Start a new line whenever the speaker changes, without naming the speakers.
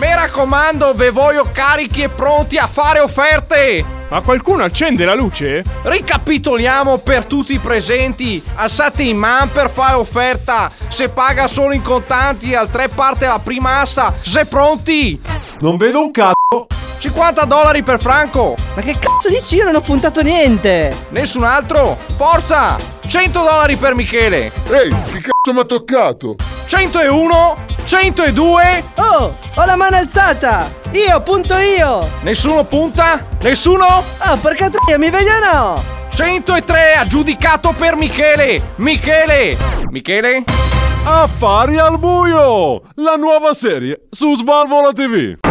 raccomando, ve voglio carichi e pronti a fare offerte!
Ma qualcuno accende la luce?
Ricapitoliamo per tutti i presenti. Alzate in man per fare offerta. Se paga solo in contanti, al tre parte la prima asta. Se pronti!
Non vedo un cazzo.
50 dollari per Franco.
Ma che cazzo dici? Io non ho puntato niente.
Nessun altro? Forza! 100 dollari per Michele.
Ehi, chi cazzo mi ha toccato?
101, 102.
Oh, ho la mano alzata. Io punto io.
Nessuno punta? Nessuno?
Oh, porca troia, mi vedi o no?
103 aggiudicato per Michele. Michele. Michele?
Affari al buio! La nuova serie su Svalvola TV.